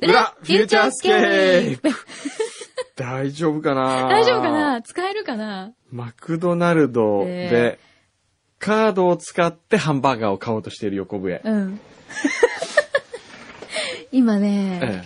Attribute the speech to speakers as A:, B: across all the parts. A: 裏フューチャースケー
B: プ
A: 大丈夫かな
B: 大丈夫かな使えるかな
A: マクドナルド
B: え
A: で、カードを使ってハンバーガーを買おうとしている横笛。
B: うん。 今ね、
A: え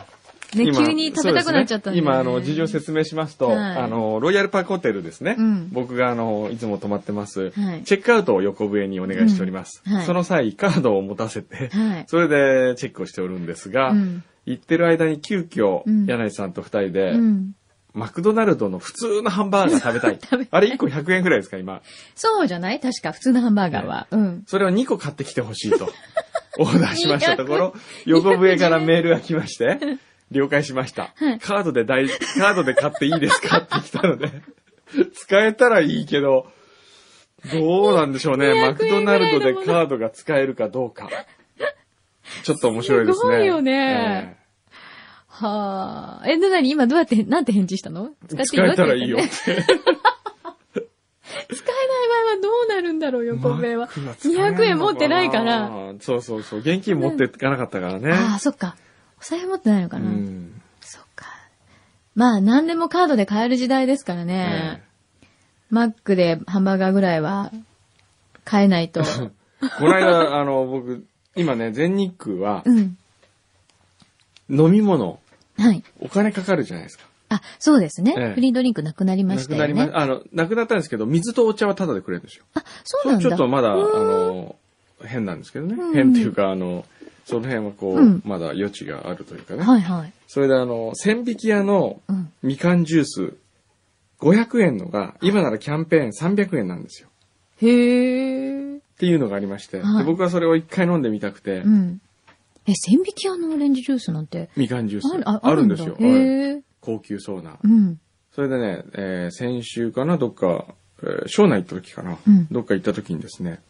A: え
B: ね、
A: 今
B: 急に食べたくなっちゃっ
A: そ
B: た
A: うですね
B: んだ
A: 今、
B: よね
A: あの、事情説明しますと、
B: はい
A: あの、ロイヤルパークホテルですね。
B: うん
A: 僕が、あの、いつも泊まってます、
B: はい
A: チェックアウトを横笛にお願いしております。
B: うんはい
A: その際、カードを持たせて、
B: はい
A: それでチェックをしておるんですが、
B: うん
A: 行ってる間に急遽、
B: うん
A: 柳井さんと二人で、
B: うん。
A: マクドナルドの普通のハンバーガー食べたい。
B: 食べたい
A: あれ1個100円くらいですか、今。
B: そうじゃない確か、普通のハンバーガーは。うん。
A: それを2個買ってきてほしい と、オーダーしましたところ、
B: 200
A: 横笛からメールが来まして、了解しました。カードで大、カードで買っていいですかって来たので、 使えたらいいけど、どうなんでしょうね。
B: 200
A: マクドナルドでカードが使えるかどうか。ちょっと面白いですね。
B: すごいよね
A: ええ
B: はあ。え、ななに今どうやって、なんて返事したの 使っていい
A: 使
B: よ
A: えたらいいよっ
B: って
A: て。
B: 言ったね使えない場合はどうなるんだろう、横米は。
A: マック使えのか
B: 200円持ってないから。。
A: そうそうそう。現金持っていかなかったからね。
B: ああ、そっか。お財布持ってないのか
A: う
B: な、
A: ん。
B: そっか。まあ、何でもカードで買える時代ですから
A: え
B: ね
A: え。
B: マックでハンバーガーぐらいは、買えな いと。
A: この間、あの、僕、今ね、全日空は
B: う、ん。
A: 飲み物、
B: はい。
A: お金かかるじゃないですか。
B: あ、そうですね。
A: ええ
B: フリードリンクなくなりま
A: な
B: し
A: く
B: た
A: な
B: よ
A: りま
B: ね。
A: あの、なくなったんですけど、水とお茶はタダでくれるんですよ。
B: あ、そうなんだ。
A: ちょっとまだ、あ
B: うん
A: の、変なんですけどね
B: う。ん
A: 変っていうか、あの、その辺はこう、
B: うん
A: まだ余地があるというかね。
B: はいはい。
A: それであの、千匹屋の
B: うん。
A: みかんジュース、500円のが、今ならキャンペーン300円なんですよ。
B: へえ。
A: っていうのがありまして、で
B: はい
A: 僕はそれを一回飲んでみたくて
B: う、ん。え、千匹屋のオレンジジュースなんて、
A: みかんジュース
B: あ
A: あるんですよ。
B: へ
A: はい
B: え。
A: 高級そうな
B: う。ん。
A: それでね、えー先週かな、どっか、えー庄内行った時かな、
B: うん
A: どっか行った時にですね、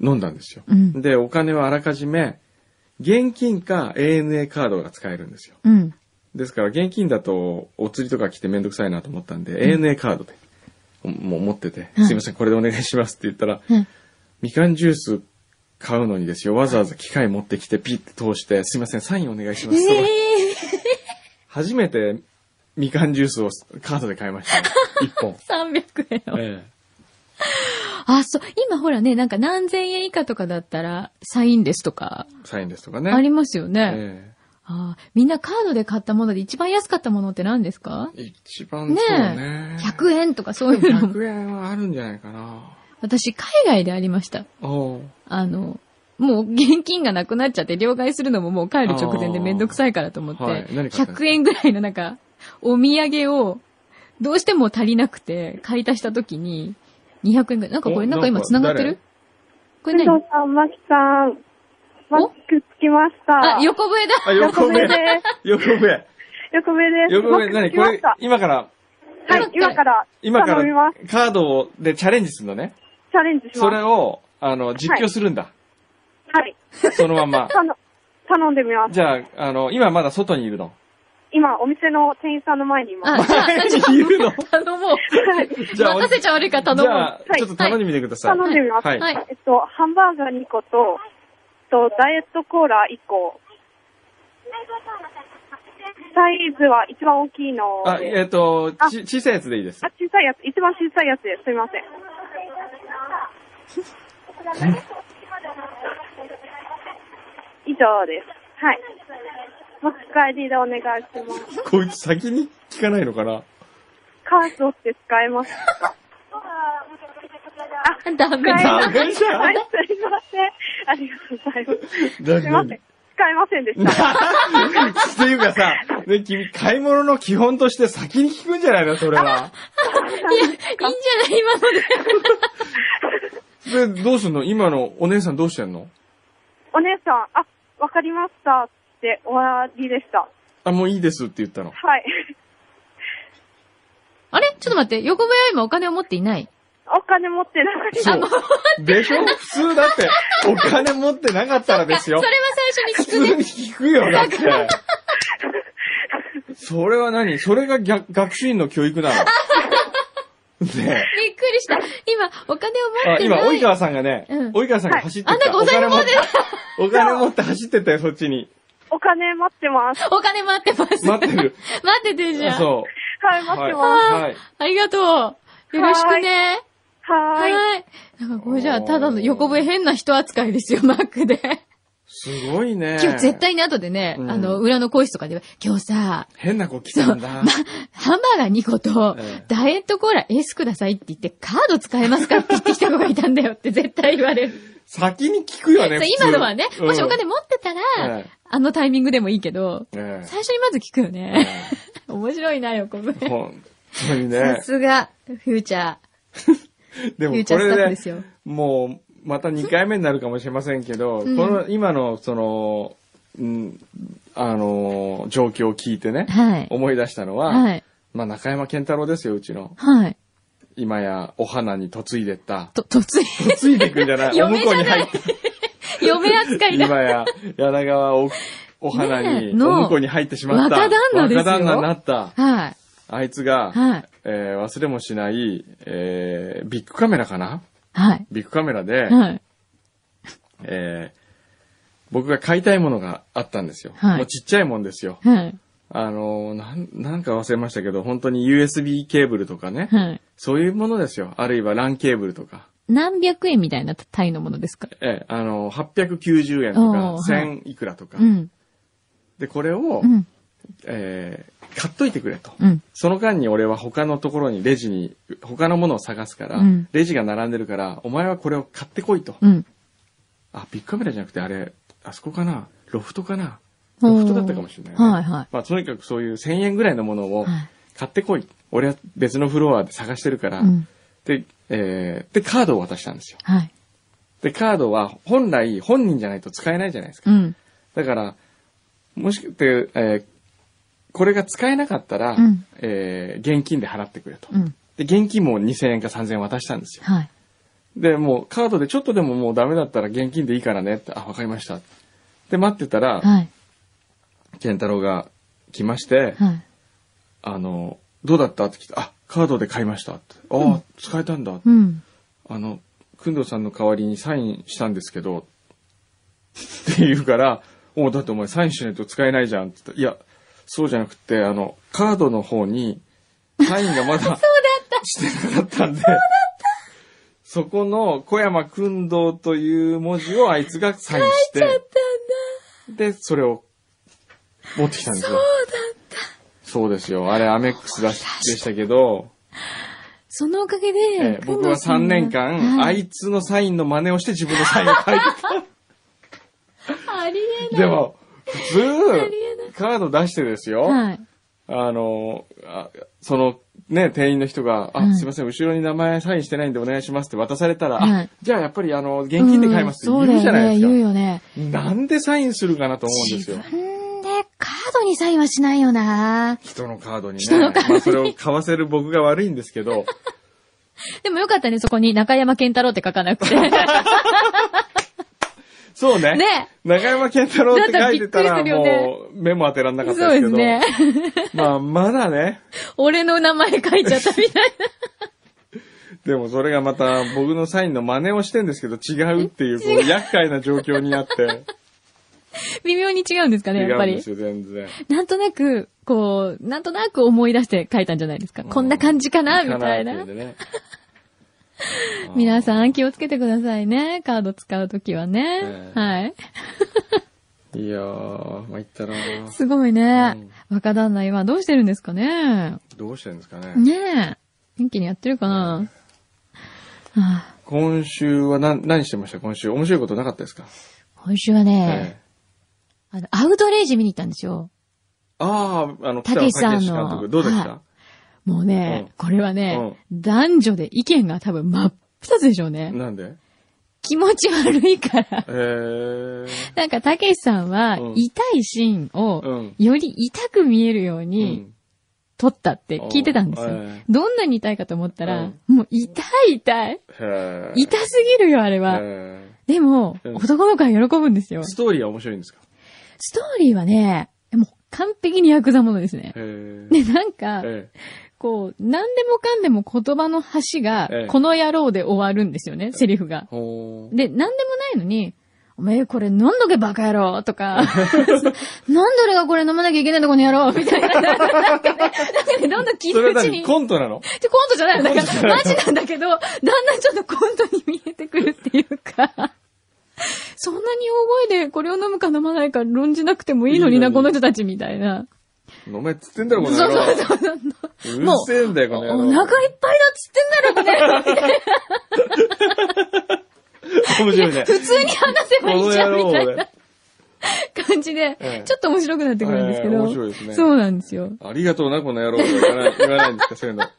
A: 飲んだんですよ。
B: うん
A: で、お金はあらかじめ、現金か ANA カードが使えるんですよ。
B: うん。
A: ですから、現金だと、お釣りとか来てめんどくさいなと思ったんで、ANA カードで、もう持ってて、
B: はい
A: すいません、これでお願いしますって言ったら、
B: うん
A: みかんジュース買うのにですよ、わざわざ機械持ってきて、ピッて通して、すいません、サインお願いし ますとか。
B: ええ。
A: 初めて、みかんジュースをカードで買いま したね。一本。
B: 300円を。
A: え
B: あ、そう。今ほらね、なんか何千円以下とかだったら、サインですとか、
A: えサインですとかね。
B: ありますよね。
A: え
B: あーみんなカードで買ったもので一番安かったものって何ですか
A: え一番そう
B: ね
A: ね。
B: え。100円とかそういうの。
A: 100円はあるんじゃないかな。
B: 私、海外でありました。
A: おう
B: あの、もう現金がなくなっちゃって、両替するのももう帰る直前でめんどくさいからと思って、
A: あーはい何買ったんですか
B: 100円ぐらいのなんか、お土産を、どうしても足りなくて、買い足した時に、200円ぐらい。なんかこれ
A: お
B: なんか今繋がってるこれ
C: 工
B: 何
C: 藤さん、マキさん、マックつきました。
B: あ、横笛だ
A: あ、横
C: 横目
A: 目
C: で。
A: 横目
C: 横目です。
A: 横目
C: マッ
A: 何
C: クつき
A: こ
C: ま
A: れ
C: した。、
A: 今から、
C: はい、今から、
A: 今か
C: 頼みま
A: ら
C: す。
A: カードをでチャレンジするのね。
C: チャレンジし
A: そ
C: ます。
A: れを、あの、実況するんだ。
C: はい。
A: そのまんま。
C: 頼ん頼んでみます。
A: じゃあ、あの、今まだ外にいる の。
C: 今、お店の店員さんの前にいます。
B: あ、じゃあ、じゃ
A: いるの
B: あ頼もう。
A: じゃあ、
B: 任せちゃ悪いから
A: じ
B: 頼
A: ゃ
B: も
A: あ
C: は、い
A: ちょっと頼んでみてください。
C: 頼んでみます。
A: はい。
B: はい
C: えっと、ハンバーガー2個と、えっと、ダイエットコーラ1個。サイズは一番大きいの
A: あ、
C: で。
A: えっ、と
C: あ、
A: ち、小さいやつでいいです
C: あ、。小さいやつ、一番小さいやつです。すみません。以上です。はい。持ち帰りでお願いします。
A: こいつ先に聞かないのかな
C: カードって使えますかあ、
B: う。ダメ
C: 使え
B: だ。
C: ま
A: ダメじゃん
C: はい、すいません。ありがとうございます。
A: だ
C: すいま せん。使えませんでした。
A: っていうかさ、ね、君、買い物の基本として先に聞くんじゃないのそれは。
B: いや、いいんじゃない今の
A: で、
B: で。
A: どうすんの今のお姉さんどうしてんの
C: お姉さん、あ、わかりましたって終わりでした。
A: あ、もういいですって言ったの。
C: はい。
B: あれちょっと待って。横笛は今お金を持っていない。
C: お金持ってない。
A: そう。でしょ普通だって、お金持ってなかったらです
B: それ
A: よ
B: は。最初
A: 普
B: に聞くね
A: 通に聞くよ、だって。それは何それが逆学習院の教育な のねえ
B: びっくりした。今、お金を持っ
A: あ
B: て
A: 今、
B: な
A: 及
B: い。
A: 川さんがね、
B: うん
A: 及川さんが走ってった。
B: はいあんたがお財布持って
A: お金持ってお金持って走ってったよ、そっちに。
C: お金待ってます。
B: お金待ってます。
A: 待ってる。
B: 待っててじゃん。
A: そ
C: はい、
A: う。
C: 待ってます。
A: はい。
B: ありがとう。よろしくね。
C: はーい。
B: い。なんかこれじゃあ、ただの横笛変な人扱いですよ、マックで。
A: すごいね。
B: 今日絶。対に後でね、
A: うん
B: あの、裏の講師とかで、今日さ、
A: 変な子来たんだ。
B: ハンバーガー2個と
A: ええ、
B: ダイエットコーラ S くださいって言って、カード使えますかって言ってきた子がいたんだよって 絶対言われる。
A: 先に聞くよね
B: そう、
A: 普通
B: 今のはね、もしお金
A: うん
B: 持ってたら、
A: ええ
B: あのタイミングでもいいけど、
A: え
B: 最初にまず聞くよ
A: え
B: ね。面白いな、横笛。
A: え本当にね
B: さ。すが、フューチャー、
A: で
B: フ
A: も
B: ューチャ
A: こ
B: ースタッ
A: れ
B: フで
A: です
B: よ。
A: もう、また2回目になるかもしれませんけど、
B: うん
A: この、今の、その、うん、あのー、状況を聞いてね、
B: はい。
A: 思い出したのは、
B: はい。
A: まあ、中山健太郎ですよ、うちの。
B: はい。
A: 今や、お花に嫁いでった。
B: と、突然、
A: 嫁いでいくんじゃないお
B: 嫁じ
A: 婿
B: ゃ
A: に
B: ない
A: 入って、
B: 嫁扱いだ。
A: 今や、柳川お、お花
B: ねえ
A: に、お
B: の
A: 婿に入ってしまった。
B: 若旦那ですよ
A: 若旦那になった。
B: はい。
A: あいつが、
B: はい。
A: えー忘れもしない、えービッグカメラかな
B: はい。
A: ビッグカメラで、
B: はい。
A: えー僕が買いたいものがあったんですよ。
B: はい
A: もうちっちゃいもんですよ。
B: はい。
A: あのーなん、なんか忘れましたけど、本当に USB ケーブルとかね、
B: はい。
A: そういうものですよ。あるいは LAN ケーブルとか。
B: 何百円みたいな単位のものですか
A: ええあのー、890円とか
B: お、ーはい
A: 1000いくらとか。
B: うん。
A: で、これを、
B: うん。
A: えー買っといてくれと。
B: うん。
A: その間に俺は他のところにレジに、他のものを探すから、
B: うん
A: レジが並んでるから、お前はこれを買ってこいと。
B: うん。
A: あ、ビッグカメラじゃなくてあれ、あそこかなロフトかなロフトだったかもしれない、ね。
B: はいはい。
A: まあ、とにかくそういう1000円ぐらいのものを
B: はい
A: 買ってこい。俺は別のフロアで探してるから。
B: うん。
A: で、えー、で、カードを渡したんですよ。
B: はい。
A: で、カードは本来本人じゃないと使えないじゃないですか。
B: うん。
A: だから、もしくて、えーこれが使えなかったら、
B: うん
A: えー現金で払ってくれと。
B: うん。
A: で、現金も2000円か3000円渡したんですよ。
B: はい。
A: で、もうカードでちょっとでももうダメだったら現金でいいからねって、あ、わかりました。で、待ってたら、
B: はい。
A: 健太郎が来まして、
B: はい。
A: あの、どうだったって来て、あ、カードで買いましたって。ああ、
B: うん
A: 使えたんだ。
B: うん。
A: あの、くんどうさんの代わりにサインしたんですけど、って言うから、おうだってお前サインしないと使えないじゃんって言ったらいや、そうじゃなくて、あの、カードの方に、サインがまだ、してなかったんで、そこの小山くんどうという文字をあいつがサインして、で、それを持ってきたんですよ。そうだった。そうですよ。あれ、アメックスだしでしたけど、
B: そのおかげ
A: え
B: で
A: ー、僕は3年間、あ
B: あい。
A: いつのサインの真似をして自分のサインを書い
B: ありえ
A: て、
B: ない。
A: でも、普通、カード出してですよ、
B: はい。
A: あの、あその、ね、店員の人が、あ、
B: はい
A: すいません、後ろに名前サインしてないんでお願いしますって渡されたら、
B: は
A: あ
B: い
A: じゃあやっぱりあの、現金で買いますって言うじゃないです
B: うんそうだよね、言う
A: か。
B: よね。
A: なんでサインするかなと思うんです
B: 自
A: よ
B: 分。でカードにサインはしないよな
A: 人のカードにね。
B: 人のカードに
A: まあそれを買わせる僕が悪いんですけど、
B: でもよかったね、そこに中山健太郎って書かなくて。ね
A: そうね。中山健太郎って書いてた
B: だ
A: ら、
B: ったらびっくりするよね
A: もう目も当てられなか
B: そう
A: ったです
B: で
A: け
B: す
A: ど、
B: ね。
A: まあまだね、
B: 俺の名前書いちゃったみたい
A: でもそれがまた僕のサインの真似をしてんですけど違うっていう、こう厄介な状況になって、
B: な。微妙に違うんです かね、
A: 違
B: やっ
A: う
B: ぱ
A: んで
B: り
A: す。よ、全然。
B: なんとなく、こう、なんとなく思い出して書いたんじゃないですか。
A: うん
B: こんな感じかな、み
A: か
B: た
A: ないってい
B: な
A: うん。でね。
B: 皆さん気をつけてくださいね。カード使うときはね
A: え。え
B: はい。
A: ん。いやー、参ったなー
B: すごいね
A: ん。
B: 若旦那今どうしてるんですかね。
A: どうしてんですかね。
B: ねえ。元気にやってるかな、はあ、
A: 今週は何、何してました今週。面白いことなかったですか
B: 今週は
A: え
B: ね
A: え、
B: あの、アウトレイジ見に行ったんですよ。
A: ああ、あの、
B: た
A: 北
B: け
A: 野
B: しさんの
A: 武監督、どうでした
B: もうね、
A: うん
B: これはね、男女で意見が多分真っ二つでしょうね。
A: なんで
B: 気持ち悪いから。
A: えー、
B: なんか、たけしさんは
A: うん、
B: 痛いシーンを、
A: うん。
B: より痛く見えるよう
A: う
B: に
A: ん
B: 撮ったって聞いてたんです
A: お
B: よ
A: え。
B: どんなに痛いかと思ったら、もう痛い痛い。
A: へー
B: 痛すぎるよ、あれは。
A: へ
B: でも、
A: うん
B: 男の子は喜ぶんですよ
A: ー。ストーリーは面白いんですか
B: ストーリーはね、もう完璧にヤクザものですね。
A: えー
B: で、なんか、
A: え
B: こう、何でもかんでも言葉の端が
A: ええ、
B: この野郎で終わるんですよね、セリフが
A: ー、。ほー
B: で、何でもないのに、おめえこれ飲んどけバカ野郎とか、 なんで俺がこれ飲まなきゃいけないとこの野郎みたいな。なんかね、なんかね どんどん聞いて
A: そ
B: る
A: れ
B: う
A: は
B: ち
A: 何
B: に。
A: コントなの
B: ってコントじゃないのなん
A: コントじ
B: か
A: ゃないの
B: マジなんだけど、だんだんちょっとコントに見えてくるっていうか、そんなに大声でこれを飲むか飲まないか論じなくてもいいのに
A: いいの
B: な、
A: に
B: この人たちみたいな。
A: 飲めっつってんだろ、こ
B: そ
A: の
B: う
A: 野郎。
B: そうそうそう。
A: うるせえんだよ、こ
B: お
A: の
B: 腹
A: 野郎。
B: いっぱいだっつってんだろ、みたいな。
A: 面白いね。
B: 普通に話せばいいじゃん、みたいな
A: ね。
B: 感じで
A: ええ、
B: ちょっと面白くなってくるんですけ
A: ええ
B: ど。
A: 面白いですね
B: そうなんですよ。
A: ありがとうな、この野郎。言わない言わないんですか、そういうの。
B: も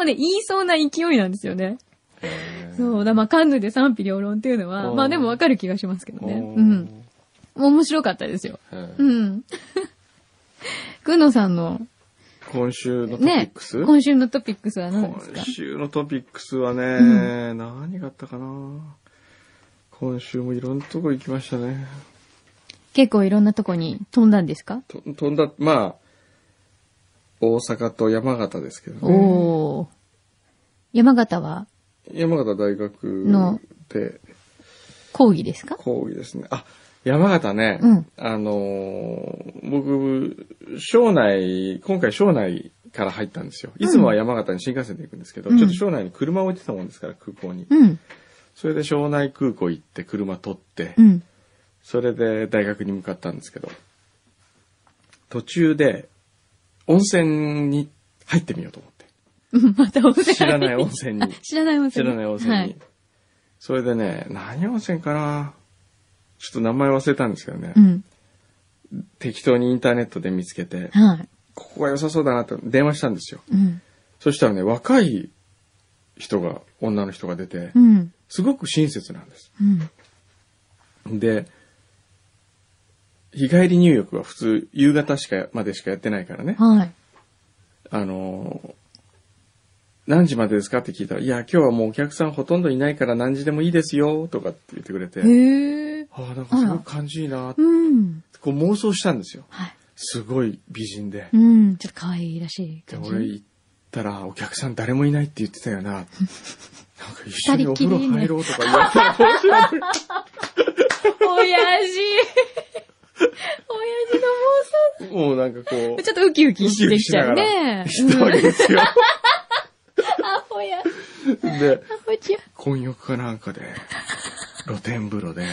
B: うね、言いそうな勢いなんですよね。
A: えー
B: そうだ、まあ、カンヌで賛否両論っていうのは、
A: うん
B: まあでもわかる気がしますけどね。
A: ほー
B: うん。面白かったですよ。
A: えー
B: うん。 くのさんの、
A: 今週のトピッ
B: ね、
A: クス、
B: 今週のトピックスは何ですか
A: 今週のトピックスはね、
B: う
A: 何があったかな今週もいろんなとこ行きましたね。
B: 結構いろんなとこに飛んだんですか
A: と飛んだ、まあ、大阪と山形ですけどね。
B: おー。山形は
A: 山形大学
B: の
A: で
B: 講義ですか
A: 講義ですね。あ、山形ね、
B: うん
A: あのー僕、省内、今回省内から入ったんですよ。いつもは山形に新幹線で行くんですけど、
B: うん
A: ちょっと省内に車を置いてたもんですから、空港に。
B: うん。
A: それで省内空港行って車取って、
B: うん。
A: それで大学に向かったんですけど、途中で温泉に入ってみようと思って。
B: うんまたお願
A: 知らない温泉に。
B: 知らない温
A: 知
B: 泉。
A: らない温泉に。
B: はい。
A: それでね、何温泉かなちょっと名前忘れたんですけどね、
B: うん。
A: 適当にインターネットで見つけて、
B: はい。
A: ここが良さそうだなと電話したんですよ。
B: うん。
A: そしたらね、若い人が、女の人が出て
B: う、ん。
A: すごく親切なんです。
B: うん。
A: で、日帰り入浴は普通、夕方しか、までしかやってないからね。
B: はい。
A: あのー何時までですかって聞いたら、いや、今日はもうお客さんほとんどいないから何時でもいいですよ、とかって言ってくれて、
B: へえ。
A: ああ、なんかすごく感じいいなって、
B: うん。
A: こう妄想したんですよ。
B: はい。
A: すごい美人で。
B: うん。ちょっと可愛いらしい
A: で
B: 感じ。
A: 俺行ったら、お客さん誰もいないって言ってたよな。なんか一緒にお風呂入ろうとか言われたら面白い。
B: 親父親父の妄想
A: もうなんかこう、
B: ちょっとウキウキしてきちゃうね。
A: ウキウキしながら行ったわけですよ。
B: うんアホや、ア
A: で、
B: ホちゃん。
A: 混浴かなんかで、露天風呂で、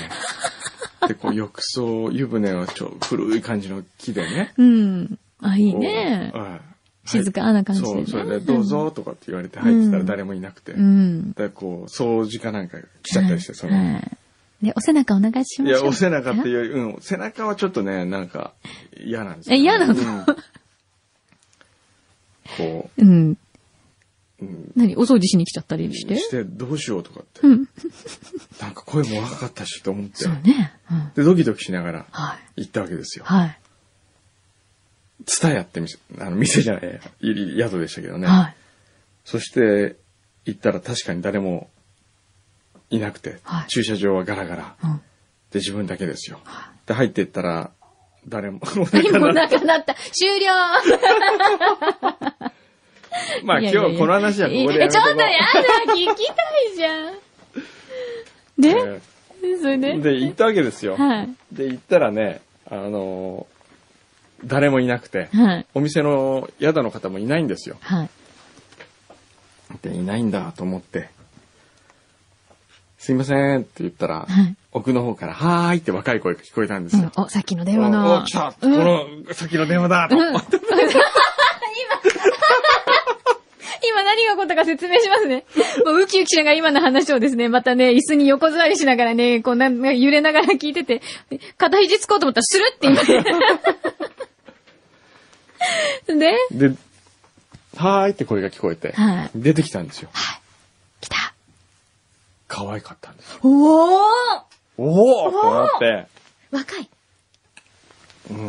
A: で、こう、浴槽、湯船はちょ、古い感じの木でね。
B: うん。あ、いいね
A: こう。はい
B: 静かな感じで
A: そ
B: ね。
A: う、それで、どうぞとかって言われて入ってたら誰もいなくて。
B: うん。
A: で、こう、掃除かなんか来ちゃったりして、その、
B: はいはいで、お背中お願いし
A: い
B: ましょ
A: や、
B: う。
A: お背中っていうより、うん、背中はちょっとね、なんか、嫌なんです
B: え嫌なの
A: うんこ
B: うん。
A: う、うん、
B: 何お掃除しに来ちゃったりして
A: して、どうしようとかって。
B: うん。
A: なんか声も若かったしと思って
B: そう。ね。うん。
A: で、ドキドキしながら
B: はい。
A: 行ったわけですよ。
B: はい。
A: ツタヤって店、あの、店じゃない、ゆり宿でしたけどね。
B: はい。
A: そして、行ったら確かに誰もいなくて、
B: はい
A: 駐車場はガラガラ。
B: うん。
A: で、自分だけですよ。
B: は
A: で、入っていったら、誰も、
B: 何もなくなった。終了
A: まあ
B: い
A: 今
B: やいやいや
A: 日この話はここで
B: え、
A: やめ
B: ちょっと
A: こう
B: やだ聞きたいじゃん。で、
A: え
B: それ
A: ー
B: で
A: で、行ったわけですよ。
B: はい。
A: で、行ったらね、あのー誰もいなくて、
B: はい。
A: お店の宿の方もいないんですよ。
B: はい。
A: で、いないんだと思って、すいませんって言ったら、
B: はい
A: 奥の方から、はーいって若い声が聞こえたんで
B: う
A: すよ
B: ん。お、さっきの電話の。
A: おお、来た、
B: うん
A: この先の電話だと、
B: うん今、 今何が起こったか説明しますね。もうウキウキしながら今の話をですね、またね、椅子に横座りしながらね、こうなんか揺れながら聞いてて、片肘つこうと思ったらスルって 今。で、
A: で、はーいって声が聞こえて、
B: はい
A: 出てきたんですよ。
B: 来た。
A: 可愛かったんですよ。
B: おー
A: おおと思って、
B: 若い。若い。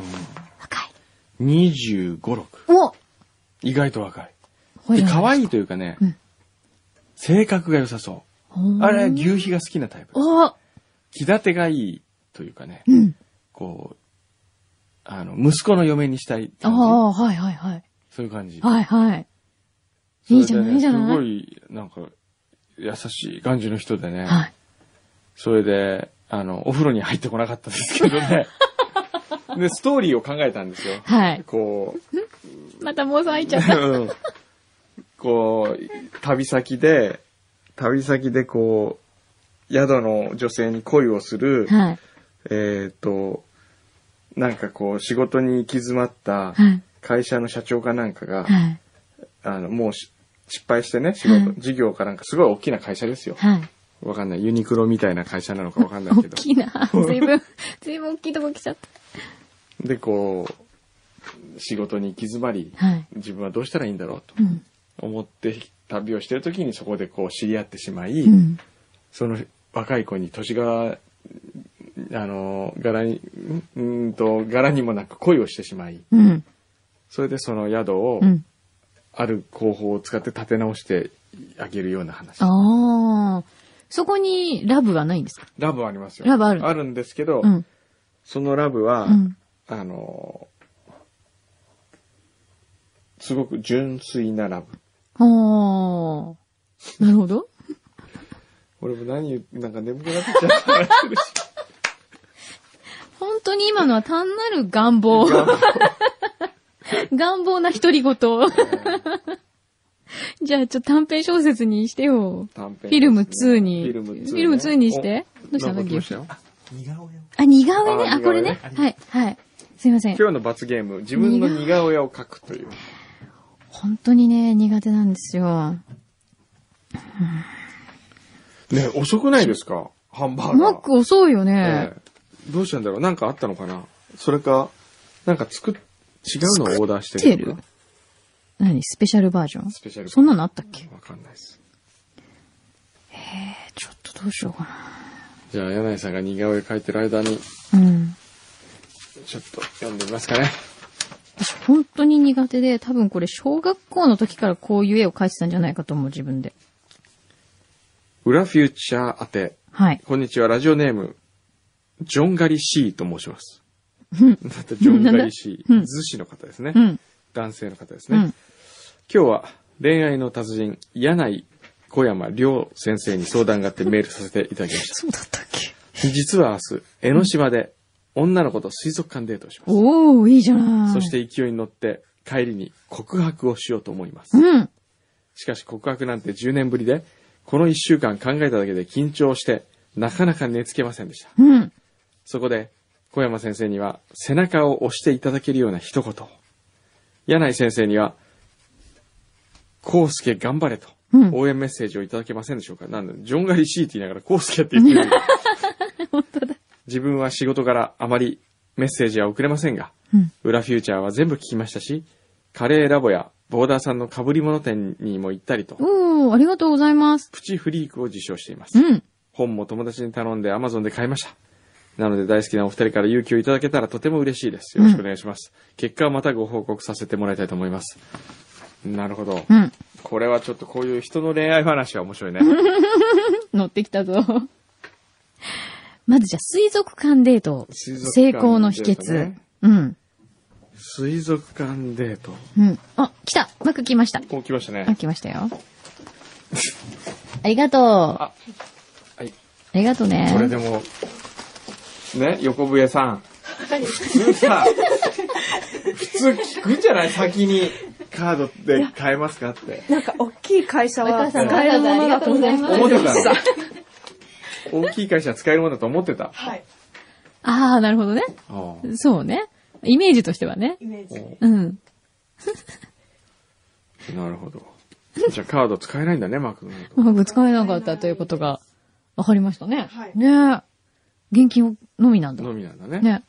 A: 25、6。
B: お
A: 意外と若い。
B: ほ
A: で、可
B: い。
A: 愛いというかね、
B: うん
A: 性格が良さそ
B: お
A: う。
B: ー
A: あれ、牛皮が好きなタイプ。
B: おー
A: 気立てがいいというかね、
B: うん。
A: こう、あの、息子の嫁にしたい感
B: あ
A: じ。
B: あ、はいはいはい。
A: そういう感じ。
B: はいはい。
A: それでね
B: いいじゃないいいじゃない
A: すごい、なんか、優しい感じの人でね。
B: はい。
A: それで、あの、お風呂に入ってこなかったんですけど ね。で、ストーリーを考えたんですよ。
B: はい。
A: こう、
B: また妄想入っちゃった。
A: うんこう、旅先で、旅先でこう、宿の女性に恋をする、
B: はい。
A: えっ、と、なんかこう、仕事に行き詰まった
B: はい。
A: 会社の社長かなんかが、
B: はい。
A: あの、もうし失敗してね、仕事、
B: はい
A: 事業かなんか、すごい大きな会社ですよ。
B: はい。
A: わかんない。ユニクロみたいな会社なのかわかんない
B: 大
A: けど。
B: きいな。随分、随分大きいとこ来ちゃっ
A: で、こう、仕事に行き詰まり、
B: た。はい。
A: 自分はどうしたらいいんだろうと
B: うん。
A: 思って旅をしてる時にそこでこう知り合ってしまい、
B: うん。
A: その若い子に年が、あの、柄に、んうーんと、柄にもなく恋をしてしまい、
B: うん。
A: それでその宿を
B: う、ん。
A: ある方法を使って立て直してあげるような話。
B: ああ。そこにラブはないんですか
A: ラブはありますよ。
B: ラブある
A: あるんですけど、
B: うん。
A: そのラブは、
B: うん。
A: あの、すごく純粋なラブ。
B: ああ。なるほど。
A: 俺も何言う、なんか眠くなってきちゃった。
B: 本当に今のは単なる願望。 願望な独り言。 じゃあ、ちょっと短編小説にしてよ。
A: 短編
B: フィルム2に。
A: フィルム2ね
B: フィルム2にして。
A: お
B: どうした
A: な
B: の
A: んか
B: ギ
A: ど
B: ュ
A: う
B: ウ
A: したよ
B: あ、似顔絵ね。
A: あ
B: あ、これね。
A: 似
B: はい、はい。すいません。
A: 今日の罰ゲーム、自分の似顔絵を描くという。
B: 本当にね、苦手なんですよ。
A: ね、遅くないですかハンバーガー。
B: マック遅いよね
A: え。えどうしたんだろうなんかあったのかなそれか、なんか作っ、違うのをオーダーして
B: テ
A: るの
B: ル
A: か
B: 何スペシャルバージョン
A: スペシャルバージョン
B: そんなのあったっけ
A: わかんないです。
B: えーちょっとどうしようかな。
A: じゃあ、柳井さんが似顔絵描いてる間に、
B: うん。
A: ちょっと読んでみますかね。
B: 私本当に苦手で、多分これ小学校の時からこういう絵を描いてたんじゃないかと思う、自分で。
A: 裏フューチャー宛て。
B: はい。
A: こんにちは、ラジオネーム、ジョンガリシーと申します。だってジョンガリシ
B: なん
A: ー、
B: だ
A: 図師の方ですね。
B: うん。
A: 男性の方です
B: う
A: ね。
B: ん。
A: 今日は恋愛の達人、柳井小山良先生に相談があってメールさせていただきまし
B: そうだったっけ
A: た。実は明日、江ノ島で女の子と水族館デートをします。
B: おー、いいじゃない。
A: そし、て勢いに乗って帰りに告白をしようと思います。
B: うん。
A: しかし告白なんて10年ぶりで、この1週間考えただけで緊張して、なかなか寝つけませんでした。
B: うん。
A: そこで、小山先生には背中を押していただけるような一言を。柳井先生には、コウスケ頑張れと
B: うん、
A: 応援メッセージをいただけませんでしょうか。なんで、ジョンガリシーって言いながらコウスケって言 ってる。自分は仕事からあまりメッセージは送れませんが、
B: うん。
A: 裏フューチャーは全部聞きましたし、カレーラボやボーダーさんの被り物店にも行ったりと、
B: おー、ありがとうございます。
A: プチフリークを受賞しています
B: う。ん。
A: 本も友達に頼んで Amazon で買いました。なので大好きなお二人から勇気をいただけたらとても嬉しいです。よろしくお願いします。結果はまたご報告させてもらいたいと思います。なるほど。
B: うん。
A: これはちょっとこういう人の恋愛話は面白いね。
B: 乗ってきたぞ。まずじゃあ、水族館デート。
A: 水族
B: 成
A: 館
B: 功の秘
A: デート
B: 訣。
A: ね
B: うん。
A: 水族館デート。
B: うん。あ、来たマック来ました。
A: こう来ました
B: あ、
A: ね。
B: 来ましたよ。ありがとう。あ
A: はい。
B: りがとうね。
A: これでも、ね、横笛さん。普通さ、普通聞くじゃない先にカードで買えますかって。
D: なんか大きい会社は
B: お母さん
D: 使えるものだと思ってま
A: 思って。
D: した
A: 大きい会社は使えるものだと思ってた。
D: た。はい。
B: ああ、なるほどね。そうね。イメージとしてはね。
D: イメージ。
B: うん。
A: なるほど。じゃあカード使えないんだね、マークの。
B: まあ、ぶつかれなかったということが分かりましたね。
D: はい
B: ねえ。現金のみなんだ。
A: のみなんだね。
B: ね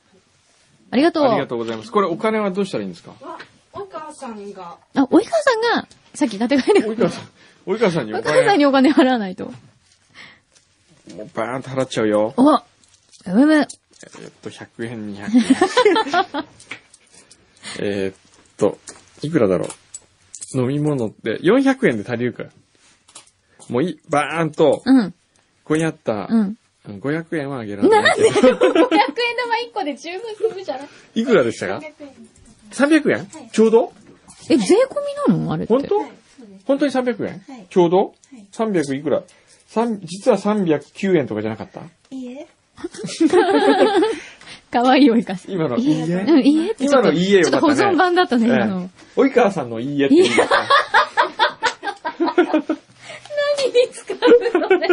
B: ありがとう。
A: ありがとうございます。これお金はどうしたらいいんですか
D: は、お母さんが、
B: あ、及川さんが、さっき立て替えで、
A: 及川さん、及川さんにお
B: 及川さん
A: 金、
B: にお金払わないと。
A: もうバーンと払っちゃうよ。
B: おうむむ。
A: えっと、100円、200円。 えーっと、いくらだろう。飲み物って、400円で足りるから。もういい、バーンと、
B: うん。
A: ここにあった
B: うん。
A: うん500円はあげられないけど。
B: 500円玉1個で十分するじゃない
A: いくらでしたか ?300 円ちょうど
B: え、税込みなのあれって。
A: 本当本当に300円ちょうど ?300 いくら三実は309円とかじゃなかった
B: かわいい追いかす。
A: 今のいい
B: うん、
A: え。
B: いいえってちょっと。
A: 今のいいえよ
B: ちょっと保
A: またね
B: 存版だったね、今
A: え
B: の
A: え。及川さんのいいえって言いました。
B: 何に使うのね。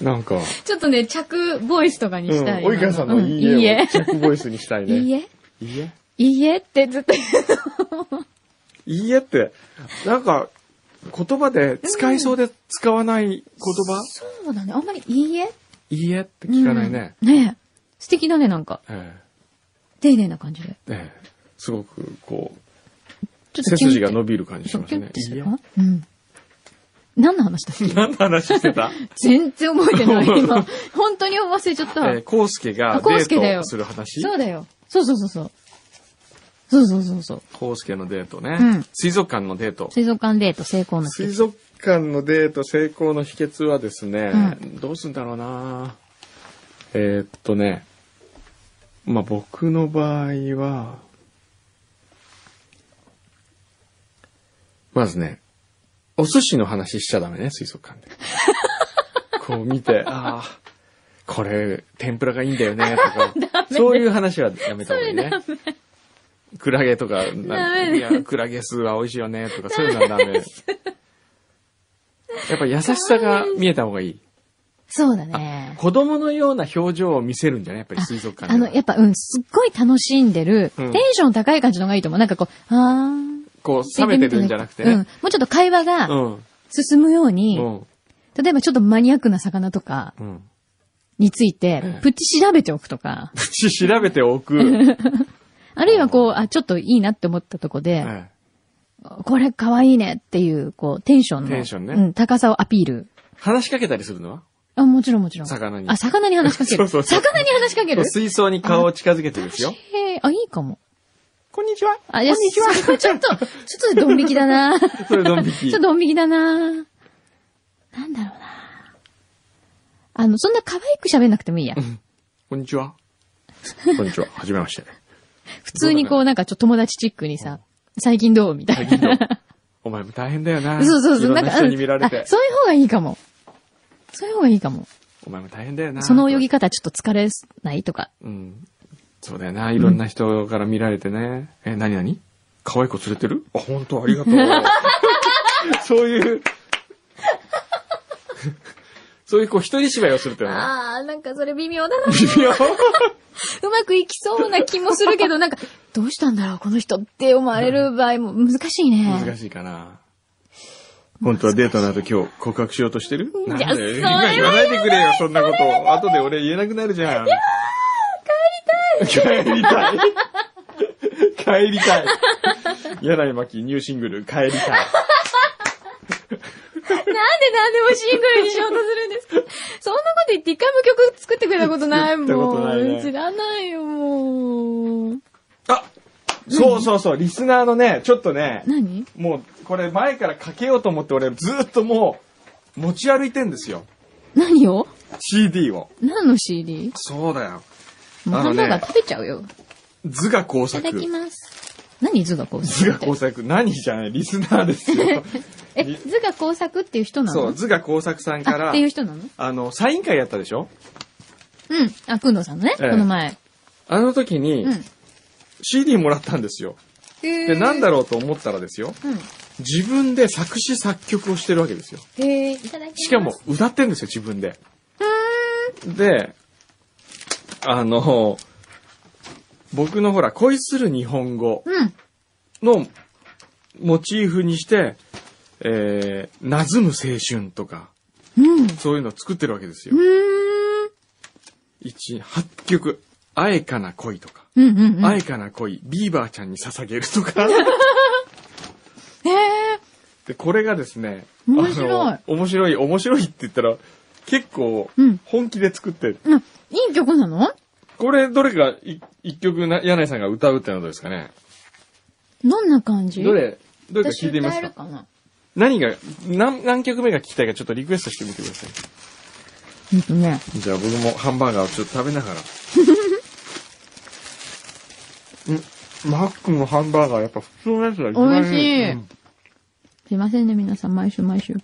A: なんか、
B: ちょっとね、着ボイスとかに
A: うん、
B: したい。
A: 及川さんのいい
B: うんいい
A: えを
B: え。
A: 着ボイスにしたいね。
B: いいえ
A: いいえ
B: いいえってずっと 言う
A: いいえって、なんか、言葉で使いそうで使わない言葉、
B: そうだね。あんまりいいえ
A: いいえって聞かないね。。
B: うんねえ。素敵だね、なんか。
A: え
B: 丁寧な感じで。
A: えええすごく、こう、
B: ちょっ
A: 背
B: とキュンって
A: 筋が伸びる感じし
B: そう
A: ま
B: キ
A: す
B: ュンっ
A: ね。
B: てす
A: いい
B: る
A: え
B: か。うん。何の話だっけ
A: 何の話してた
B: 全然覚え てない、今。本当に忘れちゃっ
A: え
B: た。
A: ー、コウスケが
B: あ
A: デ
B: コウスケだ
A: ー
B: よ
A: トする話
B: そうだよ。そうそうそうそう。そうそうそうそう。
A: コウスケのデートね、
B: うん
A: 水族館のデート。
B: 水族館デート成功の
A: 水
B: 日。
A: 族館のデート成功の秘訣はですね、
B: う
A: どうすんだろうなえーっとね、まあ、僕の場合は、まずね、お寿司の話しちゃダメね、水族館 で。こう見て、ああ、これ、天ぷらがいいんだよね、とか、そういう話はやめた方がいいね。クラゲとか、な
B: ダメ
A: いや、クラゲ酢は美味しいよね、とか、そういうのはダメ。やっぱ優しさが見えた方がいい。
B: そうだね。
A: 子供のような表情を見せるんじゃないやっぱり水族館
B: あ
A: で
B: の、やっぱ、うん、すっごい楽しんでる、
A: うん
B: テンション高い感じの方がいいと思う。なんかこう、あー。
A: こう、冷めてるんじゃなくて
B: うん。も
A: ね。
B: うちょっと会話
A: う
B: が
A: ん。うん。
B: 進むように、
A: うん。
B: 例えばちょっとマニアックな魚とか
A: うん。
B: について
A: うん、
B: プチ調べておくとか、
A: プチ調べておく。
B: あるいはこう、あ、ちょっといいなって思ったとこで、
A: ええ
B: これ可愛いねっていう、こう、テンションの。
A: テンションね
B: うん、高さをアピール。
A: 話しかけたりするのは
B: あ、もちろんもちろん。
A: 魚に
B: あ、魚に話しかけ る。
A: そうそうそう
B: 魚に話しかける。
A: 水槽に顔を近づけてですよ。
B: へえ、あ、いいかも。
A: こんにちは。
B: あ、いや、
A: こんにちは
B: それちょっと、ちょっとドン引きだなち
A: それドン引
B: ょっ
A: き
B: と。ドン引きだななんだろうなあの、そんな可愛く喋んなくてもいいや。
A: こんにちは。こんにちは。はじめまして。
B: 普通にこ
A: そう
B: う、なんかちょっと友達チックにさ、最近どうみたい
A: 最近
B: な。
A: の。お前も大変だよな。
B: そうそうそう。
A: いろ
B: なんん
A: な
B: か、う
A: 人
B: ん
A: に見られて
B: あ。そういう方がいいかも。そういう方がいいかも。
A: お前も大変だよな。
B: その泳ぎ方ちょっと疲れないとか。
A: うん。そうだよな。いろんな人から見られてね。え、なになに可愛い子連れてるあ、本当ありがとう。 そう いう、そういうこう一人芝居をするってのはね。
B: あー、なんかそれ微妙だな。
A: 微妙
B: うまくいきそうな気もするけ ど、なんか、どうしたんだろう、この人って思われる場合も難し いね。
A: 難しいかな。本当はデートの後今日告白しようとしてる
B: い
A: な
B: や
A: んだよ
B: それは
A: 今言わないでくれよ、そんなこと。後で俺言えなくなるじゃん。いやー帰りたい帰りたい帰りたい柳巻ニューシングル、帰りたい。
B: なんで何でもシングルにしようとするんですかそんなこと言って一回も曲作ってくれたことない
A: 作ったこ
B: も
A: とない
B: ん。
A: ね
B: 知らないよ、もう。
A: あそうそうそう、リスナーのね、ちょっとね、
B: 何
A: もうこれ前からかけようと思って俺ずっともう持ち歩いてんですよ。
B: 何を
A: CD を。
B: 何の CD?
A: そうだよ。
B: もう
A: あ
B: ハ
A: の
B: ン
A: ね
B: バーガー食べちゃうよ。
A: 図画工
B: いた
A: 作
B: だ。きます。何図画工
A: 図
B: 作
A: 画
B: って
A: 工作。何じゃないリスナーです よ。
B: え、図画工作っていう人なの
A: そう、図画工作さんか
B: あ
A: ら
B: って、いう人なの
A: あの、サイン会やったでしょ
B: うん。あ、くんのさんのね、
A: ええ
B: この前。
A: あの時に
B: うん。
A: CD もらったんですよ。
B: へ
A: で、なんだ
B: ろ
A: ろうと思ったらですよ。
B: う。うん。
A: 自分で作詞作曲をしてるわけですよ。
B: へえ、いただきます。
A: しかも、歌ってんですよ、自分で。で、あの、僕のほら、恋する日本語
B: うん。
A: のモチーフにして、えー、なずむ青春とか、
B: うん。
A: そういうのを作ってるわけですよ
B: う。ーん。
A: 一、八曲、あえかな恋とか、
B: うんうんうん。
A: あえかな恋、ビーバーちゃんに捧げると か。
B: へえ。
A: で、これがですね、
B: 面白い
A: あの面白い、面白いって言ったら、結構
B: うん、
A: 本気で作ってる
B: うん。いい曲なの
A: これ、どれかい一曲な、柳井さんが歌うってのはどうですかね
B: どんな感じ
A: どれ、どれか
B: 私
A: 聞いてみます
B: 歌える
A: か
B: かな
A: 何が、何、何曲目が聞きたいかちょっとリクエストしてみてください。
B: うんとね。
A: じゃあ僕もハンバーガーをちょっと食べなが ら。うん、マックのハンバーガーやっぱ普通のやつが一番
B: 美味しい
A: うん
B: すいませんね、皆さん、毎週毎週。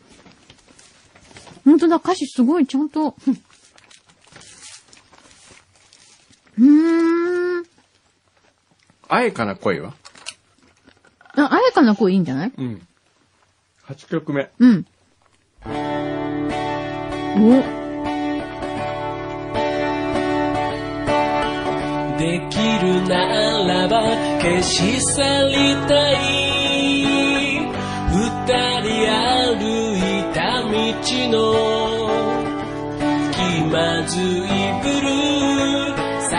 B: ほんとだ、歌詞すごい、ちゃんと。うーん。
A: あえかな声は
B: あ、あやかな声いいんじゃない
A: うん。8曲目。
B: うん。お。
E: できるならば消し去りたい二人歩いた道の気まずいブルー坂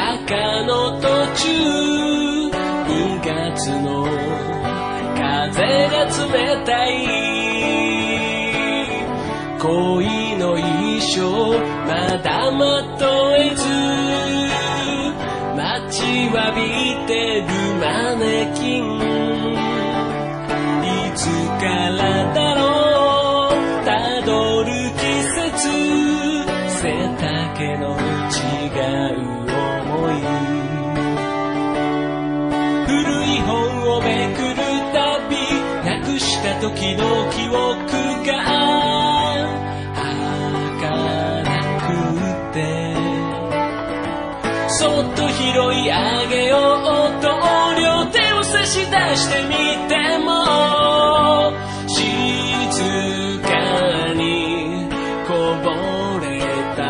E: の途中2月の風が冷たい恋の衣装まだまとえず待ちわびてるマネキンいつからだろうたどる季節背丈の違う思い古い本をめくるたびなくした時の記憶が儚くてそっと拾い上げようと両手を差し出してみても静かにこぼれた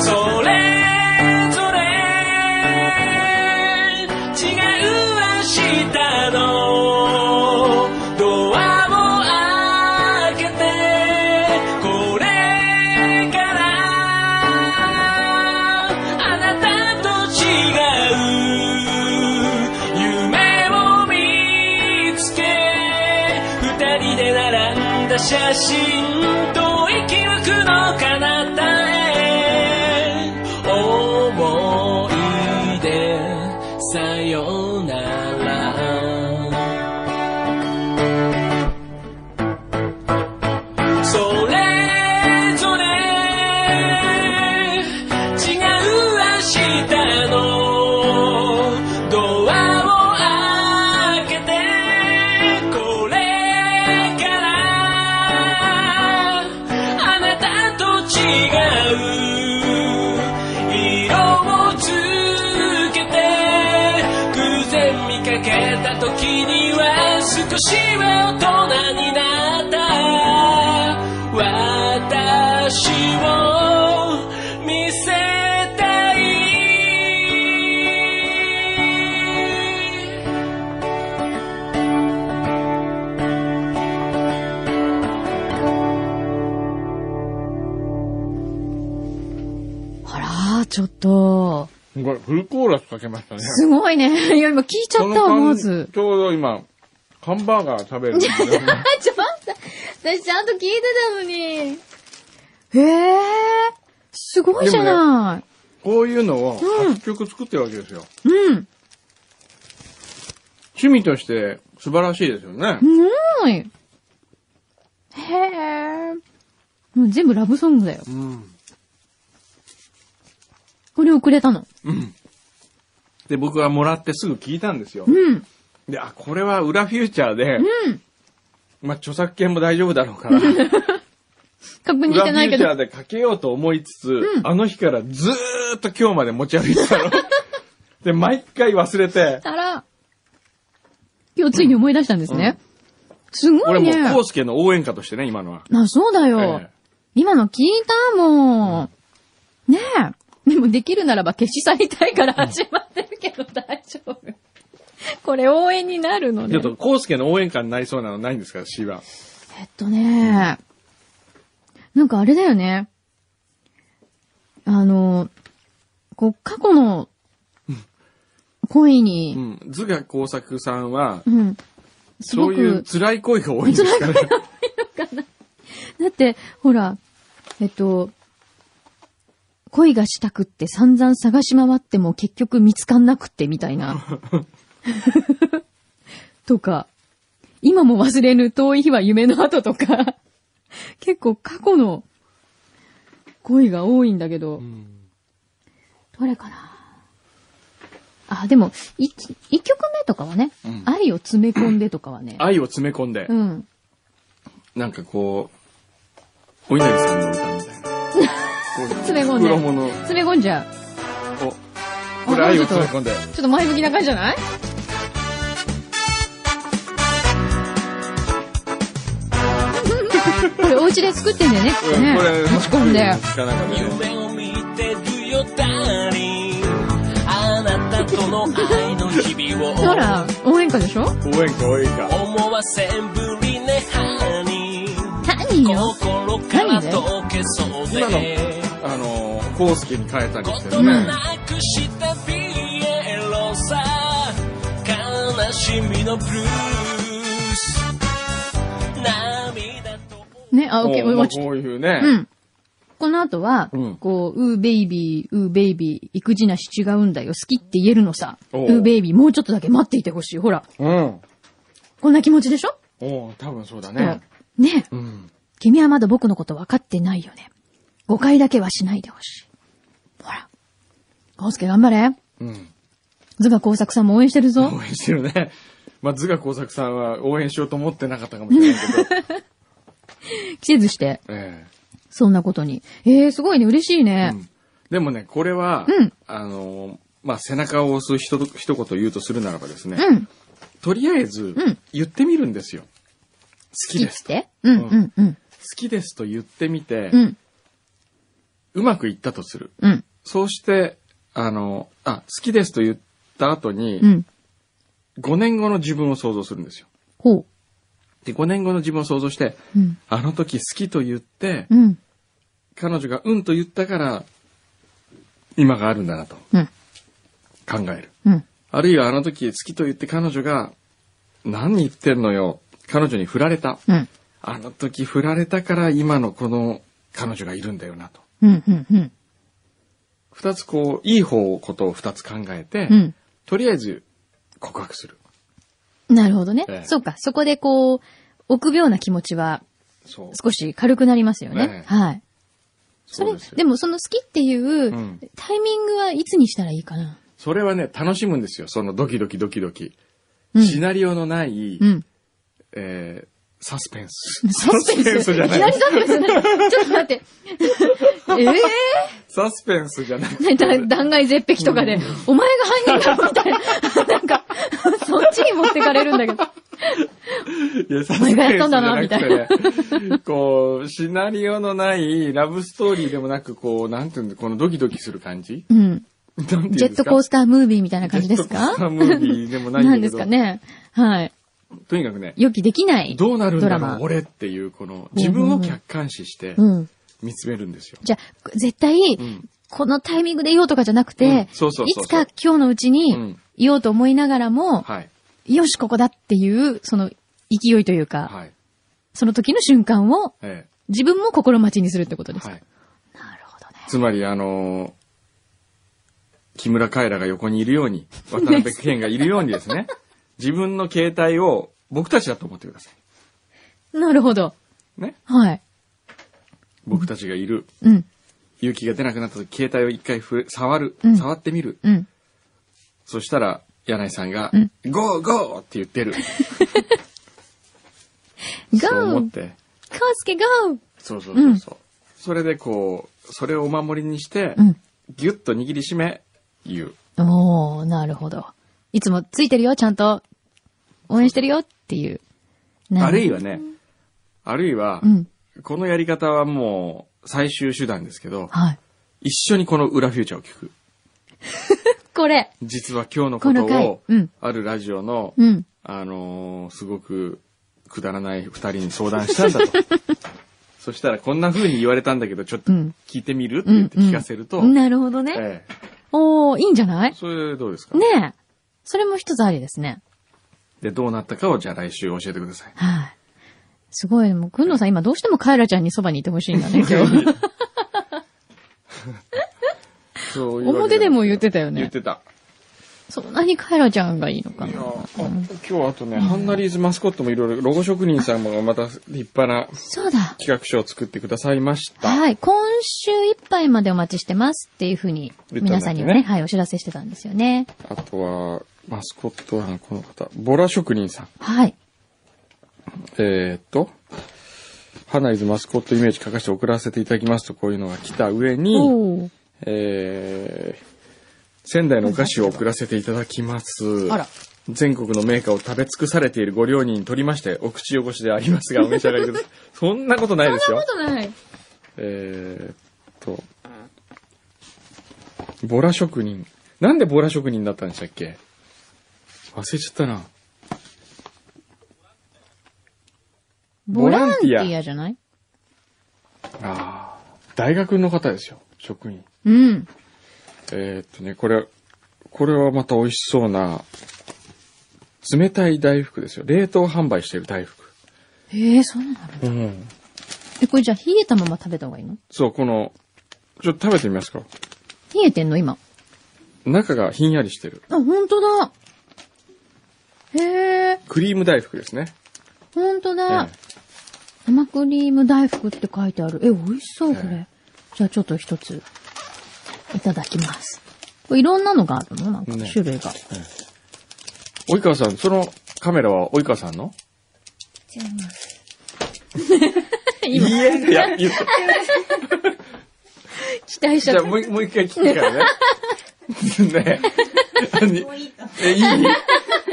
E: それぞれ違う明日のドアを開けてこれからあなたと違う夢を見つけ二人で並んだ写真と息吹くの彼方へ思い出さよならそれぞれ違う明日のドアを開けてこれからあなたと違う色をつけて偶然見かけた時には少しは大人になった私を見せたい
B: あらー、ちょっと。
A: これフルコーラスかけましたね。
B: すごいね。 いや、今聞いちゃ
A: こ
B: っ
A: の
B: た、
A: 感
B: 思わず。
A: ちょうど今、ハンバーガー食べるんですけど。
B: あ、ちょっと待って、私ちゃんと聞いてたのに。へえ、すごいじゃな
A: こういうのを8曲作ってるわけですよ。
B: い。うん。
A: 趣味として素晴らしいですよね。
B: うん。へえ。もう全部ラブソングだよ。
A: うん。
B: これをくれたの。
A: で、僕はもらってすぐ聞いたんですよ
B: う。ん。
A: で、あ、これは裏フューチャーで、
B: うん。
A: まあ、著作権も大丈夫だろう から、裏フ
B: 確認してな
A: ュ
B: い
A: ー
B: け
A: チ
B: ど
A: ャー。でかけようと思いつつ、
B: うん
A: あの日からずーっと今日まで持ち歩いてた の。で、毎回忘れて、
B: たら、今日ついに思い出したんですね。すご
A: 俺
B: い
A: も
B: ね。
A: う、コウスケの応援歌としてね、今のは。
B: あ、そうだよ。
A: ええ
B: 今の聞いたもん。ねえ。でもできるならば消し去りたいから始まってるけど大丈夫。これ応援になるの
A: ち
B: ね
A: ょっ。と、コウスケの応援歌になりそうなのないんですか、詩は。
B: えっとね、なんかあれだよね。あの、こう、過去の恋
A: う
B: に、
A: ん。図画工作さんは、
B: うん。すご
A: そう
B: く
A: いう辛い恋が多いんですかね。
B: だって、ほら、えっと、恋がしたくって散々探し回っても結局見つかんなくってみたいな。 とか、今も忘れぬ遠い日は夢の後とか、結構過去の恋が多いんだけど、
E: うん
B: どれかなあ、でも、一、一曲目とかはね、
A: うん
B: 愛を詰め込んでとかはね、
A: 愛を詰め込んで
B: う、ん。
A: なんかこう、お稲荷さんの歌みたいな。こう
B: 詰め込んで
A: 袋物を、
B: 詰め込んじゃう。
A: これ愛を詰め込んで。
B: ちょっと前向きな感じじゃ ないこれお家で作ってんだよね、きっとね。持ち込んで。
A: かなんかでね
E: 夢を見てるよダーリンあなたとの愛の日々を
B: ほら、応援歌でしょ
A: 応援歌、応援歌。
E: 思わせぶりねハニー
B: 何よ
E: 心から溶けそう
A: 今の
E: で、
A: あのー、コウスケに変えたり
E: 言
A: して
E: 葉
A: ね。
E: なくしたピエロさ悲しみのブルース涙と
B: ね、あ、オッケー、
A: もう
B: 落ち
A: こういう
B: う
A: ね。
B: ん。この後は、
A: うん
B: こう、うーベイビー、うーベイビー、育児なし違うんだよ、好きって言えるのさ。う
A: おう
B: ーベイビー、もうちょっとだけ待っていてほしい。ほら、
A: うん。
B: こんな気持ちでしょ
A: おう多分そうだね。
B: うんねえ
A: うん。
B: 君はまだ僕のこと分かってないよね。誤解だけはしないでほしい。ほら、コウスケ頑張れ。
A: うん。
B: ズガ工作さんも応援してるぞ。
A: 応援してるね。 まあ、図画工作さんは応援しようと思ってなかったかもしれない けど。
B: 季節して、
A: え
B: そんなことに。えー、すごいね、嬉しい
A: え
B: ね。
A: うんでもね、これは、
B: うん
A: あのー、まあ、背中を押す一言一言言うとするならばですね、
B: うん。
A: とりあえず
B: ん、
A: 言ってみるんですよ。好き
B: 切っ
A: ですと。好
B: て。うん、うん、うん。
A: きですと言ってみて、
B: うん、
A: うまくいったとする。
B: うん、
A: そうして、あの、あ、好きですと言った後に、
B: うん。
A: 5年後の自分を想像するんですよ。
B: ほ
A: で、5年後の自分を想像して、
B: う。うん、
A: あの時好きと言って、
B: うん、
A: 彼女がうんと言ったから、今があるんだなと
B: うん、
A: 考える。
B: うん。
A: あるいはあの時好きと言って彼女が、何言ってんのよ。彼女に振られた。
B: うん。
A: あの時振られたから今のこの彼女がいるんだよなと。
B: うん、うん、うん。
A: 二つこう、いい方ことを二つ考えて、
B: うん。
A: とりあえず告白する。
B: なるほどね。
A: ええ
B: そうか。そこでこう、臆病な気持ちは
A: そう。
B: 少し軽くなりますよね。
A: ええ
B: はい。それ
A: そう、です
B: で
A: よ。
B: もその好きっていう
A: うん
B: うタイミングはいつにしたらいいかな。
A: それはね、楽しむんですよ。そのドキドキドキドキ。
B: うん
A: シナリオのない、
B: うん。
A: えー、サスペンス。
B: サスペンス。いき
A: じゃ
B: なり
A: ない。
B: サスペンスになる。ちょっと待って。 ええ
A: サスペンスじゃない。
B: ー、だ断崖絶壁とかで、お前が犯人だろみたいな。なんか、 そっちに持ってかれるんだけど。
A: いや、サス
B: 前がや
A: ペ
B: っ
A: ンスじ
B: た
A: ゃ
B: んだな
A: なくてね。こう、シナリオのないラブストーリーでもなく、こう、なんていうんだ、このドキドキする感じ
B: うん。
A: なんていうんです
B: ジ
A: か
B: ェットコー
A: ス
B: スタームービーみたいな感じです
A: ジェットコースタ
B: か
A: ームービーでもないん
B: な
A: だ
B: ん
A: け
B: です
A: ど。
B: かね。はい。
A: とにかくね、
B: 予期できない。
A: どうなるんだ
B: ドラ
A: ろ
B: マ
A: う、俺っていう、この、自分を客観視して
B: うん。
A: 見つめるんですよ。
B: じゃあ、絶対
A: う、ん。
B: このタイミングで言おうとかじゃなくて、
A: うんそうそうそうそう
B: いつか今日のうち
A: う
B: に
A: ん
B: 言おうと思いながらも、
A: はい。
B: よし、ここだっていう、その勢いというか、
A: はい。
B: その時の瞬間を
A: え
B: 自分も心待ちにするってこと
A: え
B: ですか。
A: はい。
B: なるほどね。
A: つまり、あのー木村カエラが横にいるように、渡辺謙がいるようにです ね、自分の携帯を僕たちだと思ってくださ
B: なるほど。
A: い。ね。
B: はい。
A: 僕たちがいる。
B: うん。
A: 勇気が出なくなった時、携帯を一回ふれ触る、
B: うん
A: 触ってみる。
B: うん。
A: そしたら、柳井さんが、
B: うん
A: ゴーゴーって言ってる。そう思
B: GO!
A: って。
B: カースケ GO!
A: そうそうそうそう。それでこう、それをお守りにして、
B: うん。
A: ぎゅっと握りしめ、言う。
B: おー、なるほど。いつもついてるよ、ちゃんと。応援してるよっていう。な
A: あるい
B: は。
A: はね、あるいは
B: う、ん。
A: このやり方はもう最終手段ですけど、
B: はい。
A: 一緒にこの裏フューチャーを聞く。
B: これ。
A: 実は今日のこ
B: この
A: と
B: 回
A: を。、
B: うん。
A: あるラジオの、
B: うん。
A: あのーすごくくだらない二人に相談したんだ と。そしたらこんな風に言われたんだけど、ちょっと
B: うん
A: 聞いてみるって言って聞かせると、
B: なるほどね。
A: え
B: おー、いいんじゃない
A: え、それどうですか、
B: ねえ。それも一つありですね。
A: で、どうなったかをじゃあ来週教えてくだ さい。
B: はい。すごい、もう、くんのさん今どうしてもカエラちゃんにそばにいてほしいんだね、今日。
A: そういうわけ
B: 表でも言って
A: た
B: たよ
A: 言っ
B: ね。
A: てた。
B: そんなにカエラちゃんがいいのか
A: いや
B: な。
A: あ今日あとね、ハンナリーズマスコットもいろいろ、ロゴ職人さんもまた立派な
B: そうだ。
A: 企画書を作ってくださいました。
B: はい。今週いっぱいまでお待ちしてますっていうふうに、
A: 言ったんだっけね
B: 皆さんにはね、はい、お知らせしてたんですよね。
A: あとは、マスコットはこの方、ボラ職人さん。
B: はい。
A: えー、っと、ハンナリーズマスコットイメージ書かせて送らせていただきますと、こういうのが来た上に、
B: おー
A: えー、仙台のお菓子を送らせていただきます。
B: あら。
A: 全国のメーカーを食べ尽くされているご料理にとりまして、お口汚しであります が、お召し上がりください。そんなことないですよ。
B: とない。
A: えーっと、ボラ職人。なんでボラ職人だったんでしたっけ忘れちゃったな。
B: ボランテ
A: ボランテ
B: ィ
A: ィ
B: アじゃない
A: あー大学の方ですよ、職員。
B: うん。
A: えーっとね、これ、これはまた美味しそうな、冷たい大福ですよ。冷凍販売してる大福。
B: へえ、そうなの
A: うん。
B: え、これじゃあ冷えたまま食べた方がいいの
A: そう、この、ちょっと食べてみますか。
B: 冷えてんの今。
A: 中がひんやりしてる。
B: あ、ほんとだ。へえ、
A: クリーム大福ですね。
B: ほんとだ。
A: ええ
B: 生クリーム大福って書いてある。え、美味しそう、これ。
A: え
B: じゃあちょっと一つ、いただきます。これいろんなのがあるのなんか
A: ね
B: 種類が。
A: 及川さん、そのカメラは及川さんの違 います。言えないいや、言った。
B: 期
A: じ
B: 待しちゃ
A: ゃ
B: っ
A: あもうもう一回聞くからね。ねえ。にえ、いい
B: た。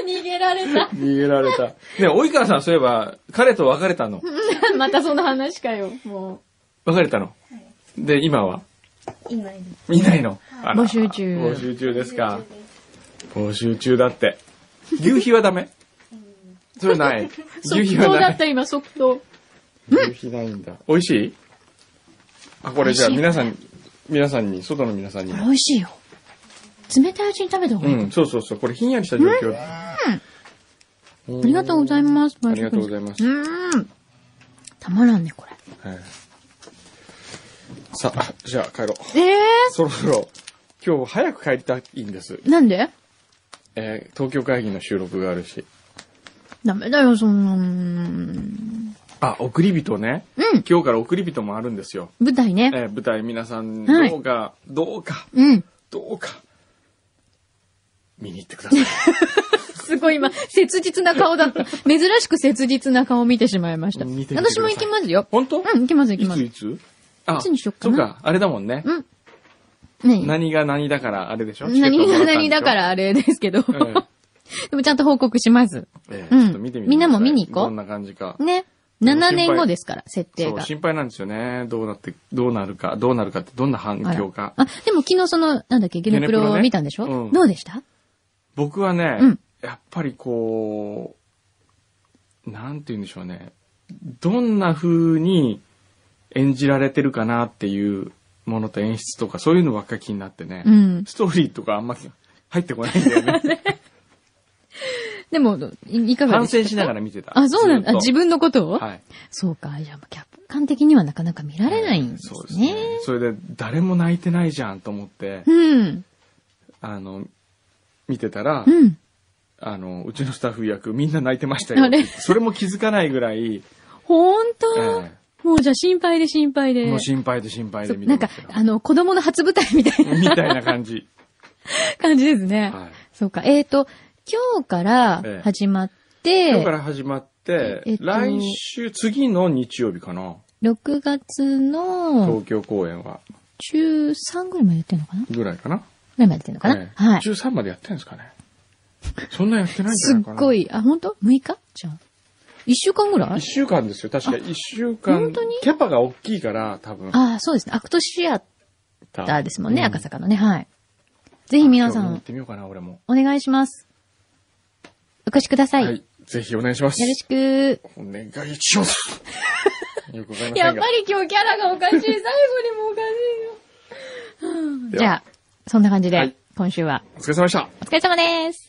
B: 逃げられた。
A: 逃げられた。ねえ及川さん、そういえば、彼と別れたの。
B: またその話かよ、も
A: 別れたの。で、今はいないの。いないの。あら
B: 募集中
A: 募集中ですか。募集中だって。牛皮はダメ それない。
B: う。
A: 牛
B: 即
A: 皮は
B: 答
A: ダ
B: だ
A: メ
B: っ。た、今、即答。
A: 夕日ないんだ。美味しいあ、これじゃあ
B: 美
A: 皆
B: 味しい
A: さん、皆さんに、外の皆さんに
B: 美
A: も。
B: 味しいよ。冷たいうちに食べた方が
A: う
B: いい。あ
A: ん、そうそうそう。これひんやりした状況。あ
B: りがとうございます、
A: ありがとうございます
B: す。うーん。たまらんね、これ。
A: はいさあ、じゃあ帰ろう。
B: ええ
A: そろそろ、今日早く帰りたいんです。
B: ー、なんで
A: えー東京会議の収録があるし。
B: ダメだよ、そんな。うん。
A: あ、送り人ね。
B: うん
A: 今日から送り人もあるんですよ。
B: 舞台ね。
A: えー舞台皆さん、
B: はい
A: どうか、どうか、
B: うん。
A: どうか、見に行ってください。
B: すごい今、切実な顔だった。珍しく切実な顔を見てしまいました。
A: 見てみてください
B: 私も行きますよ。
A: 本当
B: うん、行きます行き
A: い
B: ま
A: つ
B: す。
A: いつあ
B: いつにしよっかな
A: そっか、あれだもんね。
B: うん。何
A: 何が何だから、あれでしょ。
B: 何が何だかららあれですけど。
A: ええ
B: でもちゃんと報告します。
A: ええ
B: うん
A: ちょっと見てみてください
B: みんなも見に行こう
A: どんな感じか。
B: ね。
A: でも
B: 7
A: 心
B: 年
A: 配
B: 後ですから、設定
A: そう、
B: が。
A: 心配なんですよね。どうなって、どうなるか、どうなるかって、どんな反
B: あら
A: 響か。
B: あ、でも昨日その、なんだっけ、ゲネプ
A: ゲネプ
B: ロ
A: ロね
B: を見たんでしょ、
A: うん
B: どうでした
A: 僕はね、
B: うん
A: やっぱりこう、なんて言うんでしょうね。どんな風に演じられてるかなっていうものと演出とか、そういうのばっかり気になってね。
B: うん。
A: ストーリーとかあんま入ってこないんだよ ね。
B: でも、いいかがで
A: 反
B: すか
A: 省しながら見てた。
B: あ、そうなんだ。あ
A: ずっ
B: 自
A: と
B: 分のことを、
A: はい。
B: そうか。じゃあ、客観的にはなかなか見られないんですね。
A: そう
B: う
A: ですね。それで、誰も泣いてないじゃんと思って、
B: ん。
A: あの、見てたら、
B: うん。
A: あの、うちのスタッフ役、みんな泣いてましたよ
B: あれ。
A: それも気づかないぐらい、
B: ほんと、
A: え
B: もうじゃあ心配で心配で。
A: もう心配で心配
B: そ
A: で
B: う
A: 見
B: な
A: て
B: ん
A: ま
B: か
A: したよ、
B: あの、子供の初舞台みたい な
A: みたいな感じ。
B: 感じですね。
A: はい
B: そうか。えっ、と、今日から
A: ええ
B: 始まって、
A: 今日から始まって、
B: ええっと
A: 来週、次の日曜日かな、
B: 6月の
A: 東京公演は、
B: 13ぐらいまでやってるのかなぐ
A: ぐらいかな、
B: らいまでやってるのかな、
A: ええ
B: はい。
A: ?13 までやってんですかねそんなやってないんじゃ
B: す
A: な
B: っ
A: いかな
B: ご。い、あ、本当 ?6 日じゃん。1週間ぐら
A: 一
B: い
A: 週間ですよ、確か。一週間。
B: 本当に
A: キャパが大きいから、多分。
B: ああ、そうですね。アクトシア
A: タ
B: ターですもんね、赤
A: さ
B: 坂のね。はい。ぜひ皆さ
A: 行っ
B: ん、
A: てみようかな、俺も。
B: お願いします。お越しください。
A: は
B: よ
A: い。ぜひお願いします。
B: ろしく。
A: お願いし ます。よくわかりませんが。
B: やっぱり今日キャラがおかしい。最後にもおかしいよ。
A: では
B: じゃあ、そんな感じで、
A: はい
B: 今週は
A: お疲れ様でした。
B: お疲れ様です。